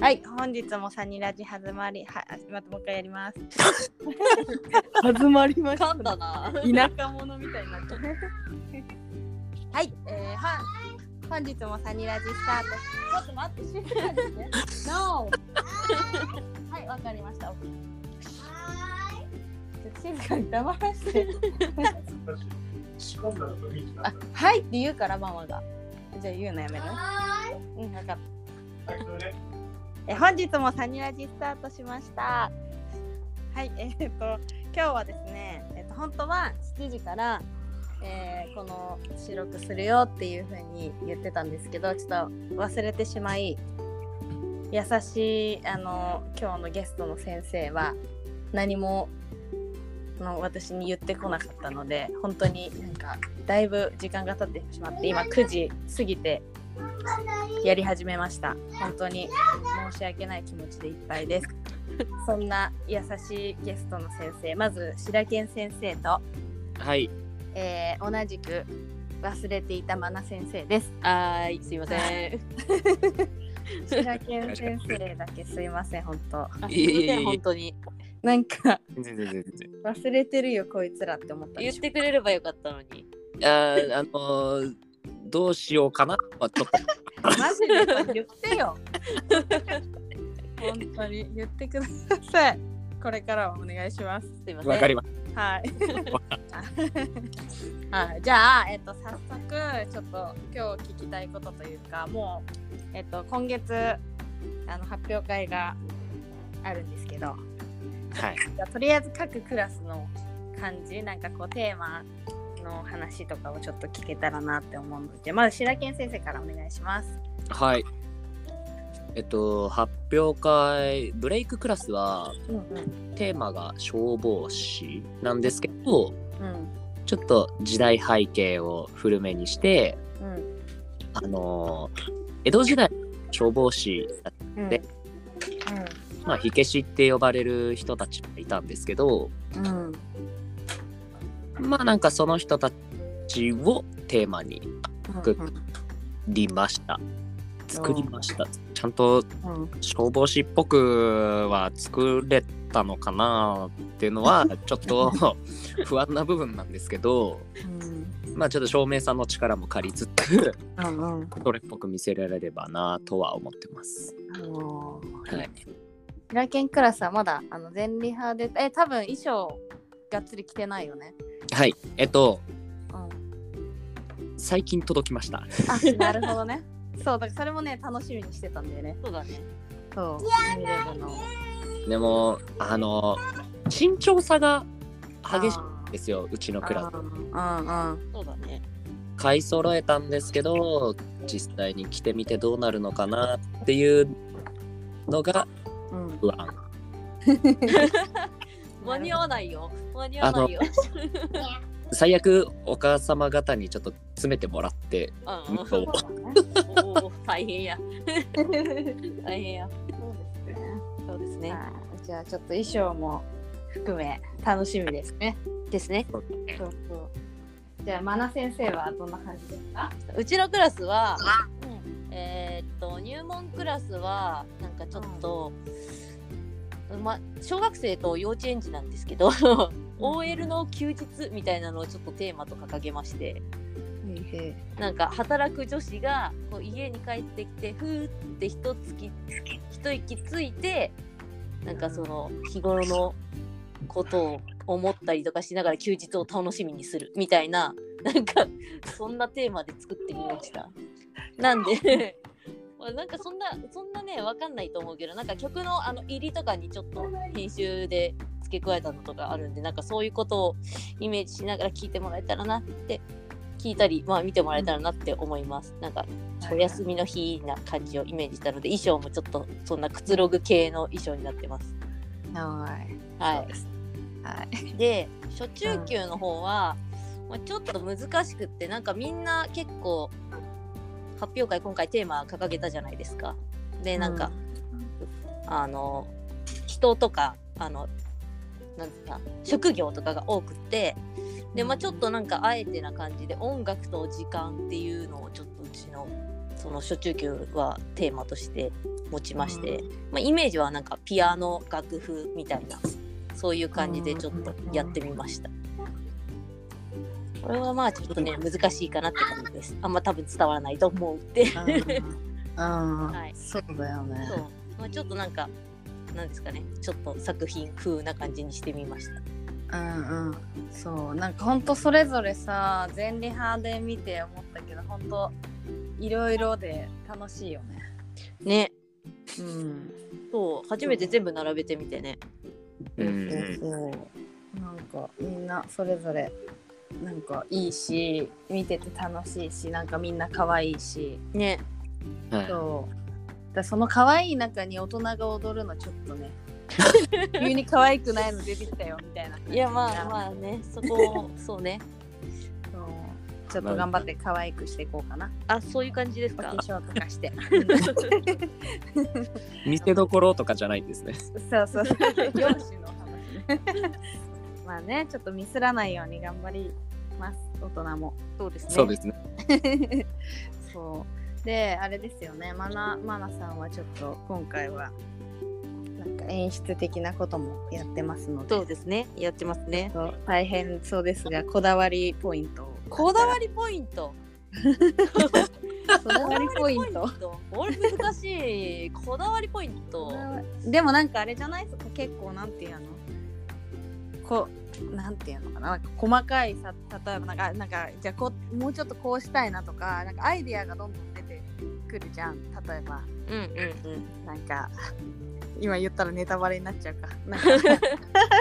はい、本日もサニラジ始まり、は、またもう一回やります。始まりました。噛んだな。田舎者みたいになっちゃう。はい、えー、は、本日もサニラジスタート。ちょっと待って、静かにね。No! はい、わかりました。OK ちょっと静かに黙らせて。仕込んだのと雰囲気だっはいって言うから、ママが。じゃあ言うのやめるうん、わかった。た。はい、それでえー本日もサニラジスタートしましたはいえーっと今日はですねえーっと本当は7時から、えーこの収録するよっていう風に言ってたんですけどちょっと忘れてしまい優しいあの今日のゲストの先生は何もあの私に言ってこなかったので本当になんかだいぶ時間が経ってしまって今9時過ぎてやり始めました本当に申し訳ない気持ちでいっぱいです そんな優しいゲストの先生まず白健先生と、はい。えー同じく忘れていたマナ先生ですはーい、す いません。白健先生だけすいません本当あすいえいえいいえません、本当に。なんか全然全然全忘れてるよこいつらって思った言でっしてくれればよかったのに。然。あー、あのー、どうしようかなはちょっと。ょマジで言ってよ 本当に言ってくださいこれからはお願いしますすいません。わかりましはい。はい、じゃあ、えっと、早速、ちょっと今日聞きたいことというか、もう、えっと、今月、あの発表会があるんですけど、た。はい。じゃあとりあえず各クラスの感じ、なんかこう、テーマの話とかをちょっと聞けたらなって思うので、まず、白健先生からお願いします。はい。えっと、発表会、ブレイククラスは、うんうん。テーマが消防士なんですけど、うんちょっと時代背景を古めにして、うんあのー、江戸時代の消防士、うんでまあ、火消しって呼ばれる人たちがいたんですけど、うんうんまあなんかその人たちをテーマにう作んりました。作りました。ちゃんとうん消防士っぽくは作れたのかなっていうのはちょっと不安な部分なんですけどまあちょっと照明さんの力も借りつつうんうんそれっぽく見せられればなとは思ってます。あのーはい、フラケンクラスはまだあの全リハでえ多分衣装がっつり着てないよね。はい、えっとうん、 あ最近届きました。なるほどね。そうだからそれもね楽しみにしてたんだよね。そうだね。そう。見れるのでもあの身長差が激しいあんですようちのークラス。うんうん。そうだね。買い揃えたんですけど実際に着てみてどうなるのかなっていうのがうん、不安。間に合わないよ。間に合わないよ。最悪お母様方にちょっと詰めてもらってううんんとおー大変 や。大変や。そうですね。はいじゃあちょっと衣装も含め楽しみですね。ですね。そうそうじゃあマナ先生はどんな感じですか？うちのクラスは、えーっと入門クラスはなんかちょっと、ま、小学生と幼稚園児なんですけ ど OL の休日みたいなのをちょっとテーマと掲げましてなんか働く女子がこう家に帰ってきてふーって一月一息ついてなんかその日頃のことを思ったりとかしながら休日を楽しみにするみたいななんかそんなテーマで作ってみました。なんで まあなんかそんなそんなねわかんないと思うけどなんか曲のあの入りとかにちょっと編集で付け加えたのとかあるんでなんかそういうことをイメージしながら聞いてもらえたらなって聞いたりまあ見てもらえたらなって思います。なんかお休みの日な感じをイメージしたので衣装もちょっとそんなくつろぐ系の衣装になってます。はい。はですはい。はい。い、で初中級の方は、まあ、ちょっと難しくってなんかみんな結構発表会今回テーマ掲げたじゃないですか。でなんか、あの人とかあのなんですか職業とかが多くってでまあちょっとなんかあえてな感じで音楽と時間っていうのをちょっとうちのその初中級はテーマとして持ちまして、まあ、イメージはなんかピアノ楽譜みたいなそういう感じでちょっとやってみました。これはまあちょっとね難しいかなって感じです。あんま多分伝わらないと思うって。うん、はいそうだよねそう、まあ、ちょっとなんかなんですかねちょっと作品風な感じにしてみましうた。んうんそうなんかほんとそれぞれさ全リハで見て思ったけどほんといろいろで楽しいよねねうんそう初めて全部並べてみてね。うんそうそうなんかみんなそれぞれなんかいいし見てて楽しいしなんかみんな可愛いしねはいそうだからその可愛い中に大人が踊るのちょっと ね急に可愛くないの出てきたよみたいないいやまあまあねそ こをそうねそうちょっと頑張って可愛くしていこうかなあそういう感じですお化か。粧とかして 見せどころとかじゃないんですね。そう そうそう容姿の話ねまあねちょっとミスらないように頑張ります大人もそうですね。そうですね。 そうであれですよねマナマナさんはちょっと今回はなんか演出的なこともやってますのでそうですねやってますね。そう大変そうですがこだわりポイントをこだわりポイント。こだわりポイント。俺難しい。こだわりポイント。でもなんかあれじゃないですか結構なんていうのこうなんていうのかななんか細かいさ例えばなんかなんかじゃあこうもうちょっとこうしたいなとかなんかアイディアがどんどん出てくるじゃん例えばうんうんうん。なんか今言ったらネタバレになっちゃうかなんか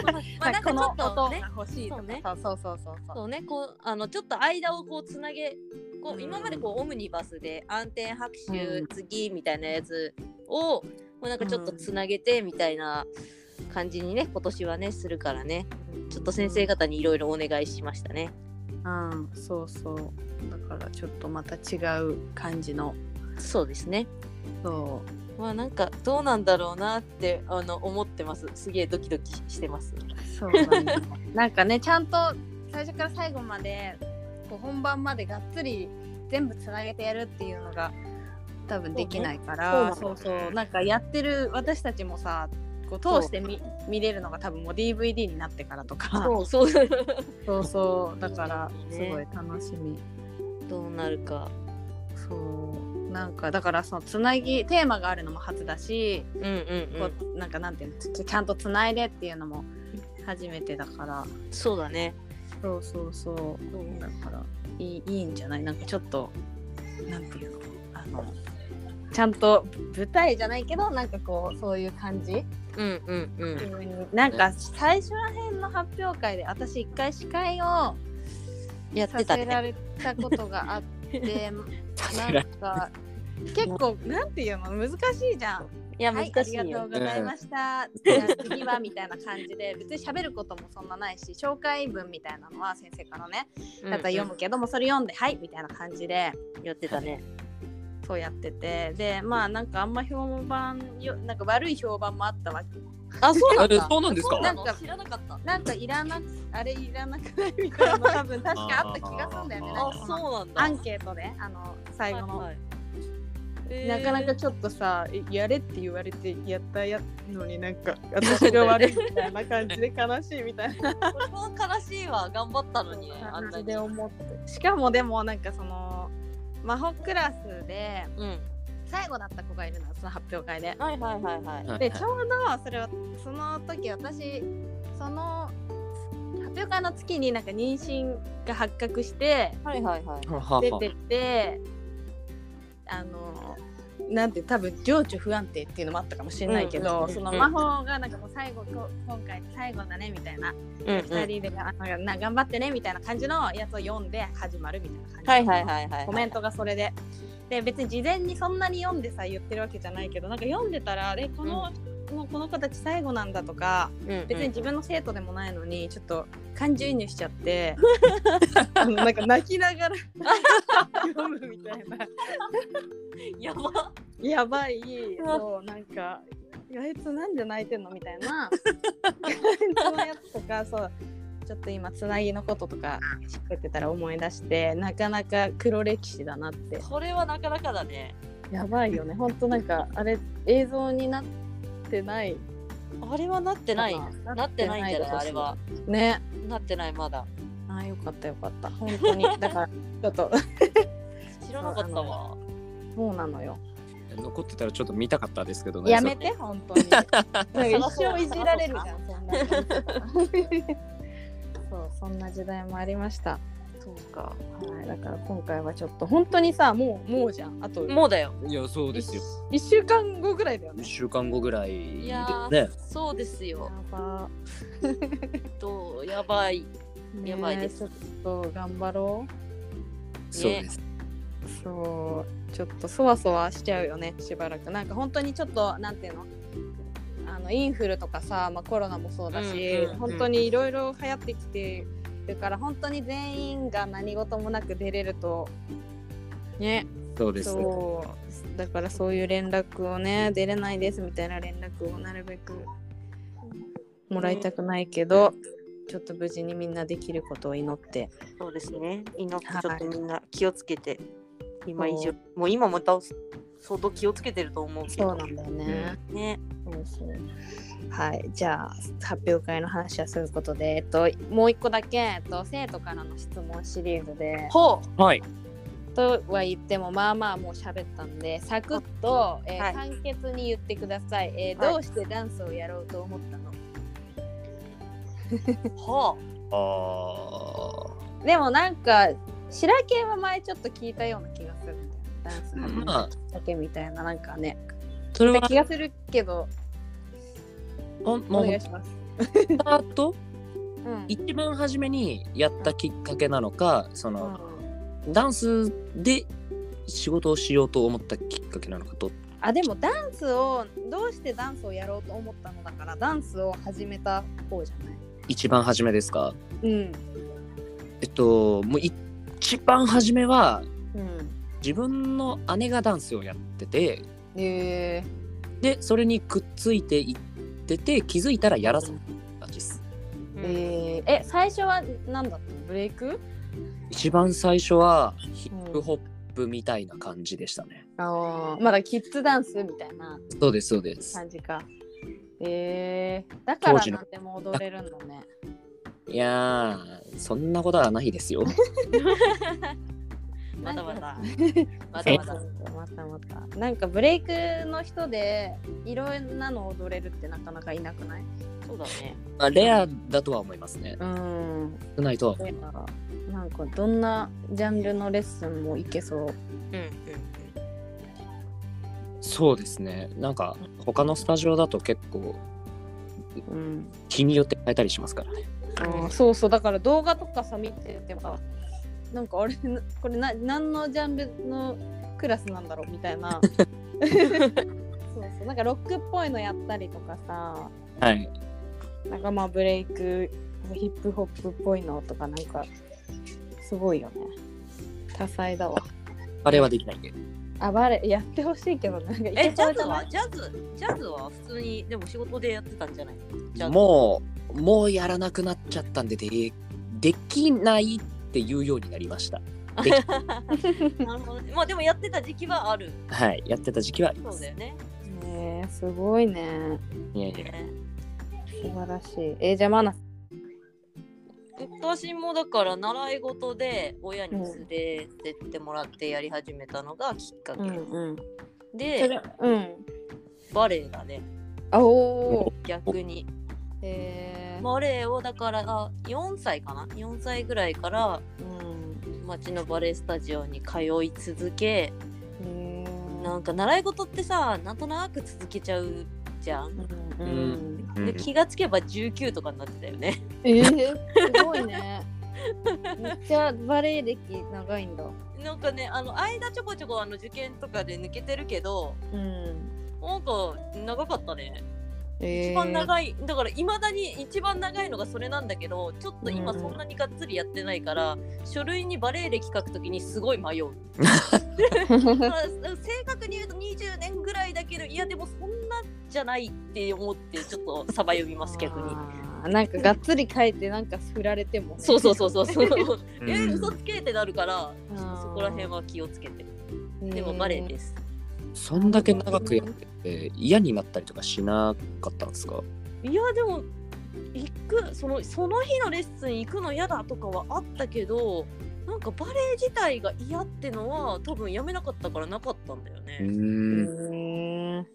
まあなんかちょっとね。欲しいとかそうそうそうそうそうね、こうあのちょっと間をこうつなげこううん今までこうオムニバスで暗転拍う手ん次みたいなやつをもうなんかちょっとつなげてみたいな感じにね今年はねするからねちょっと先生方にいろいろお願いしましたね。うんそうそうだからちょっとまた違う感じのそうですねそまあなんかどうなんだろうなってあの思ってますすげえドキドキしてます。うそうなんだなんかねちゃんと最初から最後までこう本番までがっつり全部つなげてやるっていうのが多分できないからそそうねうそうそうなんかやってる私たちもさこう通してみ見れるのが多分もう DVD になってからとかそうそう そうそうだからいいすねごい楽しみ。どうなるか。そうなんかだからそのつなぎテーマがあるのも初だし、うんうんうこん。うなんかなんていうのちちゃんとつないでっていうのも初めてだからそうだね。そうそうそうだからいいいいんじゃないなんかちょっとなんていうのあのちゃんと舞台じゃないけどなんかこうそういう感じ、うんうんうん。なんか最初らへんの発表会で私一回司会をやっさてたせらね。れたことがあ って。さなすがんか結構なんていうの難しいじゃん。いやは難い、あしりいがよ。とうございました。うんじゃあ次はみたいな感じで別に喋ることもそんなないし紹介文みたいなのは先生からねだから読むけどもそれ読んではいみたいな感じでやってたね。そうやっててでまあなんかあんま評判よなんか悪い評判もあったわけ。 あ、そうなんあれだ。そうなんですそうなかん。知らなかった。なんかいらなくあれいらなくないみたいな の多分確かあった気がするんだよね。なんあか、そのそうなんだ。アンケートであの最後のはいはいなかなかちょっとさ、えやれって言われてやったやのになん か私が悪いみたいな感じで悲しいみたいなえーこれは悲しいわ。頑張ったのにね。あ感んなじに。でうん。思ってしかもでもなんかその魔法クラスで最後だった子がいるのその発表会ではいはいはいはい。はいでちょうどそれをその時私その発表会の月になんか妊娠が発覚してはいはいはい。はは出てってあのなんて多分情緒不安定っていうのもあったかもしれないけうんうんど、うんその魔法がなんかもう最後こ今回最後だねみたいな、うんうん2人であのな頑張ってねみたいな感じのやつを読んで始まるみたいな感じ、はいはいはいはい。コメントがそれで。で別に事前にそんなに読んでさ言ってるわけじゃないけどなんか読んでたらでこの、もうこの子たち最後なんだとかうんうん。別に自分の生徒でもないのにちょっと感情移入しちゃって あのなんか泣きな がら読むみたいなやば。やばいうわそうなんか「あいつなんで泣いてんの?」みたいな感じのやつとかそうちょっと今つなぎのこととか喋ってたら思い出してなかなか黒歴史だなってこれはなかなかだねやばいよねほんとなんかあれ映像になってないあれはなってないなってないんじゃないあれはねなってないまだあーよかったよかった本当にだからちょっと 知らなかったわそうなのよ残ってたらちょっと見たかったですけどねやめて本当になんか一生いじられるじゃんそんな感じ そうそんな時代もありましたそうかはいだから今回はちょっと本当にさもうもうじゃんあともうだよいやそうですよ1週間後ぐらいだよ1ね週間後ぐらいいでやーねそうですやよばとやばいねやばいですちょっと頑張ろそうですうそうちょっとそわそわしちゃうよねしばらくなんか本当にちょっとなんていうのあのインフルとかさ、まあ、コロナもそうだし、うんうんうん本当にいろいろ流行ってきてるから本当に全員が何事もなく出れるとねそうですそうだからそういう連絡をね出れないですみたいな連絡をなるべくもらいたくないけど、ちょっと無事にみんなできることを祈ってそうですね祈ってはいちょっとみんな気をつけて今以そ上もう今もた相当気をつけてると思うけそうなどんだよね、ねそうですね。はい、じゃあ発表会の話はそういうことで、えっと、もう一個だけ、えっと、生徒からの質問シリーズでほはいとは言ってもまあまあもう喋ったんでサクッと、えーはい簡潔に言ってください、えーはいどうしてダンスをやろうと思ったのうほあーでもなんか白系は前ちょっと聞いたような気がするんだよねダンスのまあだけみたいななんかねそれは気がするけどほんもおう願いします、スタートうん一番初めにやったきっかけなのかそうのんダンスで仕事をしようと思ったきっかけなのかとあでもダンスをどうしてダンスをやろうと思ったのだからダンスを始めた方じゃない一番初めですかうんえっともう一番初めはうん自分の姉がダンスをやっててへえでそれにくっついていってて気づいたらやらせたんです う、ええ最初は何だったのブレイク一番最初はヒップホップみたいな感じでしたね、ああまだキッズダンスみたいなそうですそうです感じかええだから当時の何でも踊れるんだねいやーそんなことはないですよまだ まだまだえまだまたまたなんかブレイクの人でいろんなの踊れるってなかなかいなくないそうだねまあレアだとは思いますねうん少ないとはだからなんかどんなジャンルのレッスンもいけそううんうんそうですねなんか他のスタジオだと結構うん、日によって変えたりしますからねあそうそうだから動画とかさ見ててさなんかあれ なこれな何のジャンルのクラスなんだろうみたい なそうそうなんかロックっぽいのやったりとかさはいなんかまあブレイクヒップホップっぽいのとかなんかすごいよね多彩だわあれはできないんであバレエやってほしいけどなんかいえけジそうャじズゃなはいジャズジャズは普通にでも仕事でやってたんじゃないジャズもうもうやらなくなっちゃったんででできないっていうようになりましたなるほどねまあでもやってた時期はあるはいやってた時期はありまそうすだよねねえすごいねいやいやね素晴らしいえじゃあマナ私もだから習い事で親に連れてってもらってやり始めたのがきっかけ、うんそでれうんバレエだねあおお逆にへえバレエをだからあ4歳かな4歳ぐらいからうん町のバレエスタジオに通い続けへーなんか習い事ってさなんとなく続けちゃうじゃん、うんうん、うんで気がつけば19とかになってたよね えー、すごいね。めっちゃバレエ歴長いんだ。なんかねあの間ちょこちょこあの受験とかで抜けてるけどうん。なんか長かったねえ一番長い、だからいまだに一番長いのがそれなんだけどちょっと今うんそんなにがっつりやってないから、書類にバレエ歴書くときにすご い迷うだから正確に言うと20年ぐらいだけどいやでもそんなじゃないって思ってちょっとさば読みます逆にあなんかがっつり書いてなんか振られてもそうそうそうそうそう うんえ嘘つけってなるからうんちょっとそこら辺は気をつけてうでもバレエですそんだけ長くやってて嫌になったりとかしなかったんですかいやでも行くそのその日のレッスン行くの嫌だとかはあったけどなんかバレエ自体が嫌ってのは多分やめなかったからなかったんだようね。へんー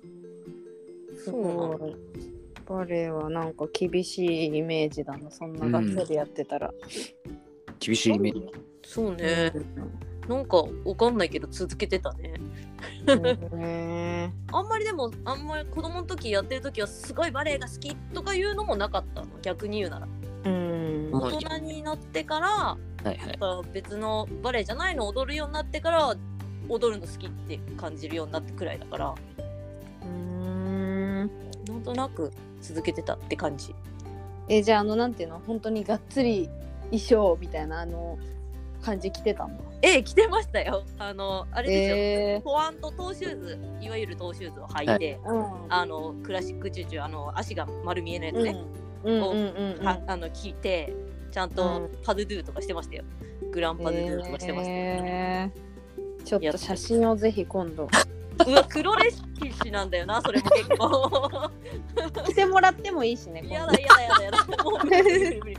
すそうなごのいバレエはなんか厳しいイメージだなそんながっつりやってたら、厳しいイメージそうねなんかわかんないけど続けてたね。うんへあんまりでもあんまり子供の時やってる時はすごいバレエが好きとかいうのもなかったの逆に言うならーうんもう大人になってからはいはいまた別のバレエじゃないの踊るようになってから踊るの好きって感じるようになったくらいだからうんなんとなく続けてたって感じえじゃああのなんていうの本当にがっつり衣装みたいなあの感じ着てたんだええ着てましたよあのあれですよ、えポワンとトーシューズいわゆるトーシューズを履いて、ー、うんあのクラシックチューチューあの足が丸見えのやつね、うんうんうんうんはあの聞いてちゃんとパドゥドゥとかしてましたよグランパドゥドゥとかしてましたよ、えーちょっと写真をぜひ今度うわ黒歴史なんだよなそれも結構着てもらってもいいしねや今だやだやだやだもう無理無理無理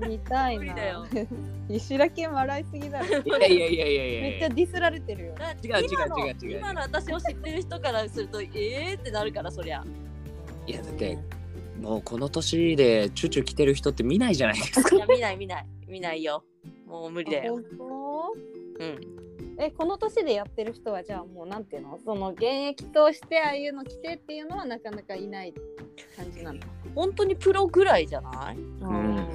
度見たい無理な だよ石田健笑いすぎだろいやいやいやいやいやめっちゃディスられてるよだ違う違う今の違う違う今の私を知ってる人からするとええー、ってなるからそりゃいやだってもうこの年でチュチュ着てる人って見ないじゃないですか。いや見ない見ない見ないよもう無理だよ、あ本うん、当えこの年でやってる人はじゃあもうなんていうのその現役としてああいうの着てっていうのはなかなかいない感じなんだ本当にプロぐらいじゃないん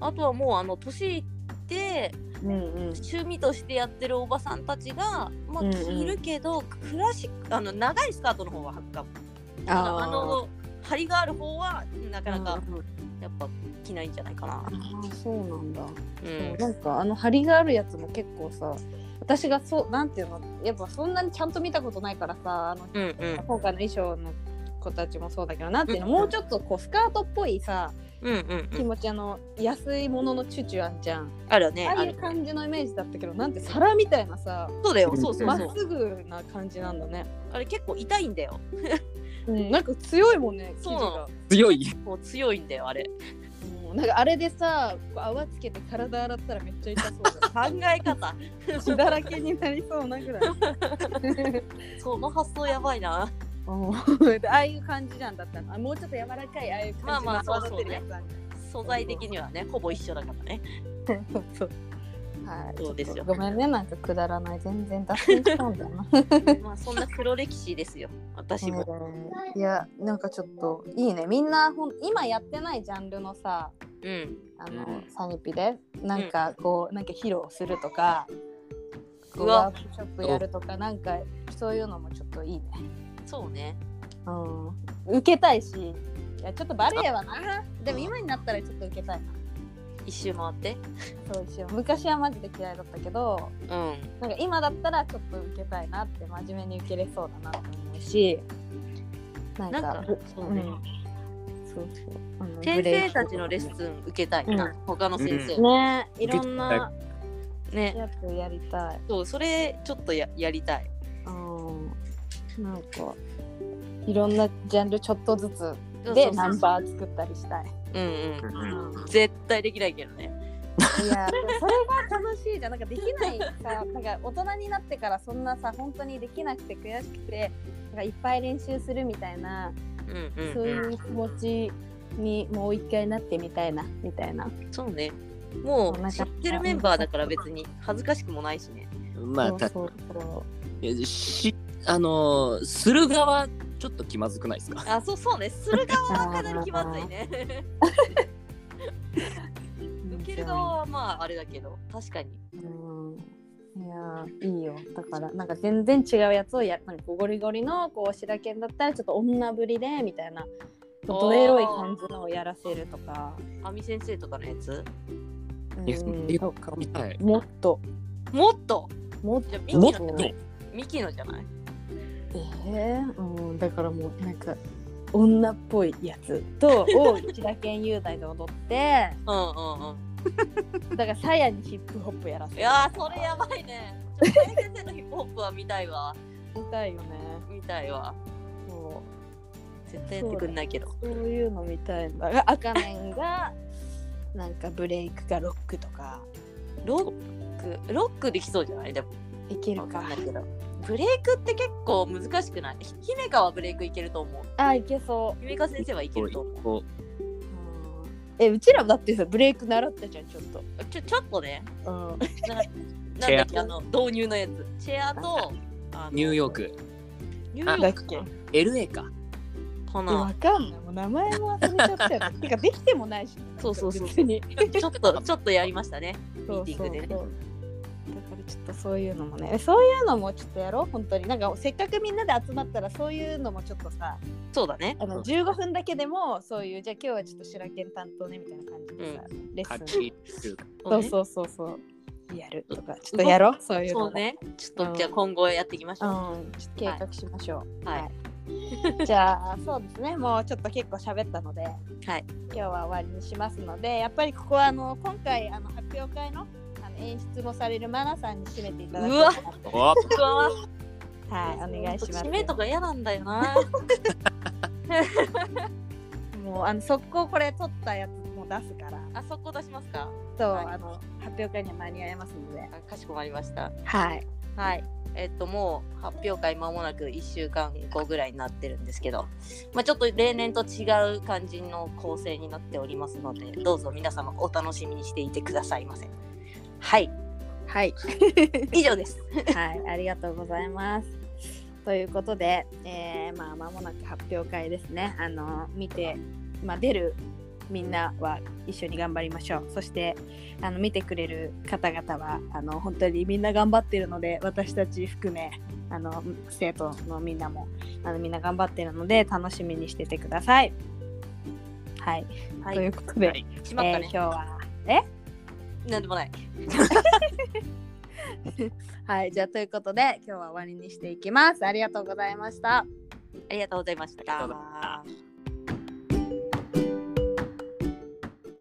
あとはもうあの年いってうんうん趣味としてやってるおばさんたちがまあうんうん着るけど、クラシックあの長いスカートの方は履くかもあのーあの張りがある方はなかなかうんうんやっぱ着ないんじゃないかなあ。ーそうなんだそう、うんなんかあの張りがあるやつも結構さ私がそうなんていうのやっぱそんなにちゃんと見たことないからさあのうん、うん、今回の衣装の子たちもそうだけどなんていうのうんうんもうちょっとこうスカートっぽいさうん、うん、う気ん、持ちあの安いもののチュチュあんじゃんあるね。あああいるう感じのイメージだったけどなんて皿みたいなさそうだよ、そうそうまそうっ。すぐな感じなんだね、あれ結構痛いんだよ。うん、なんか強いもんね生そ地うながの。強い。もう強いんだよ、あれ。うんなんかあれでさこう泡つけて体洗ったらめっちゃ痛そうだ考え方。血だらけになりそうなぐら い その発想やばいな。うんでああいう感じじゃんだったのあもうちょっと柔らかいああいう感じまあまあの泡そうそう立てるやつあるじゃん素材的にはね、ほぼ一緒だからね。はい、そうですよちょっとごめんね、なんかくだらない、全然脱線したんだな。 まあ、そんな黒歴史ですよ。私も。いや、なんかちょっといいね、みんなほん今やってないジャンルのさ、うん。あの、うんサニピで、なんかこう、なんか披露するとか。こううわワークショップやるとか、なんか、そういうのもちょっといいね。そうね。うん、受けたいし、いや、ちょっとバレエはな、でも今になったらちょっと受けたいな。一周回って。そうしよう、昔はマジで嫌いだったけど、うん。なんか今だったらちょっと受けたいなって真面目に受けれそうだなと思うしなんなかんか。そううねん。そうそうあの先生たちのブレレイクッスン受けたいな、うん他の先生、ねいろんなねやつやりたい、そうそれちょっとややりたいうん、なんかいろんなジャンルちょっとずつそでうそうそうナンバー作ったりしたいうんううんん絶対できないけどねいやでもそれが楽しいじゃんなんかできないさなんか大人になってからそんなさ本当にできなくて悔しくてなんかいっぱい練習するみたいなうんうん、うん、そういう気持ちにもう一回なってみたいなみたいな。そうね。もそうなかうん知ってるメンバーだから別に恥ずかしくもないしね。まあ、たそうそし、あのー、する側、ちょっと気まずくないですか。あ、そうそうね。する側はかなり気まずいね。 う。受ける側はまああれだけど、確かに。うん。いやーいいよだからなんか全然違うやつをやなんかゴリゴリのこう白犬だったらちょっと女ぶりでみたいなドエロい感じのをやらせるとか、あみ先生とかのやつ。ういやそんん、そうかはい。もっともっともっじゃあミキもっのとミキのじゃないえー、うんだからもうなんか女っぽいやつとを千田健雄大で踊 ってうんうんうん。だからさやにヒップホップやらせいやー、それやばいね。ちょっと先生のヒップホップは見たいわ。みたいよね見たいわ。そ絶対やってくんないけど。うそういうのみたいんだが赤面がなんかブレイクかロックとかロック、ロックできそうじゃないでも。いけわるかかんないけど。ブレイクって結構難しくない姫香はブレイクいけると思う。あいけそ姫香先生はいけると思う。こう、えうちらもだってさブレイク習ったじゃんちょっ とちょちょっとね、うんなんだっけ、あの、導入のやつ。チェアと、あのうニューヨーク、ニューだっヨークけエ LA か。かえわな。かんないもう名前も忘れちゃった よねてかできてもないしそうそうそう別にちょっと、ちょっとやりましたね。そうミーティングでねそうそうだからちょっとそういうのもねそういうのもちょっとやろう本当になんかせっかくみんなで集まったらそういうのもちょっとさそうだね。あの15分だけでもそういうじゃあ今日はちょっと白犬担当ねみたいな感じでさ、レカッスンチルそうそうそうそうやるとかちょっとやろうそういうのもそうね。ちょうっんと、じゃあ今後やっていきましうんょう。ちょっと計画しましょうはいい じゃあそうですねもうちょっと結構喋ったのではい。今日は終わりにしますのでやっぱりここはあの今回あの発表会のあの演出もされるマナさんに締めていただこうかなとおうわはいお願いします締めとか嫌なんだ よな。もうあの速攻これ撮ったやつも出すからあそこ出しますか。そう、はいあの発表会には間に合いますのであかしこまりました。はいはい。えっと、もう発表会まもなく1週間後ぐらいになってるんですけど、まあ、ちょっと例年と違う感じの構成になっておりますのでどうぞ皆様お楽しみにしていてくださいませはいはい、以上ですはい、ありがとうございますということで、えー、まあ間もなく発表会ですねあの見て、まあ、出るみんなは一緒に頑張りましょうそしてあの見てくれる方々はあの本当にみんな頑張ってるので私たち含めあの生徒のみんなもあのみんな頑張ってるので楽しみにしててください。 はい、はといいうことで、はいしえまったーね今、日はなんでもないはいじゃあということで今日は終わりにしていきます。ありがとうございました。ありがとうございましありがたとうございました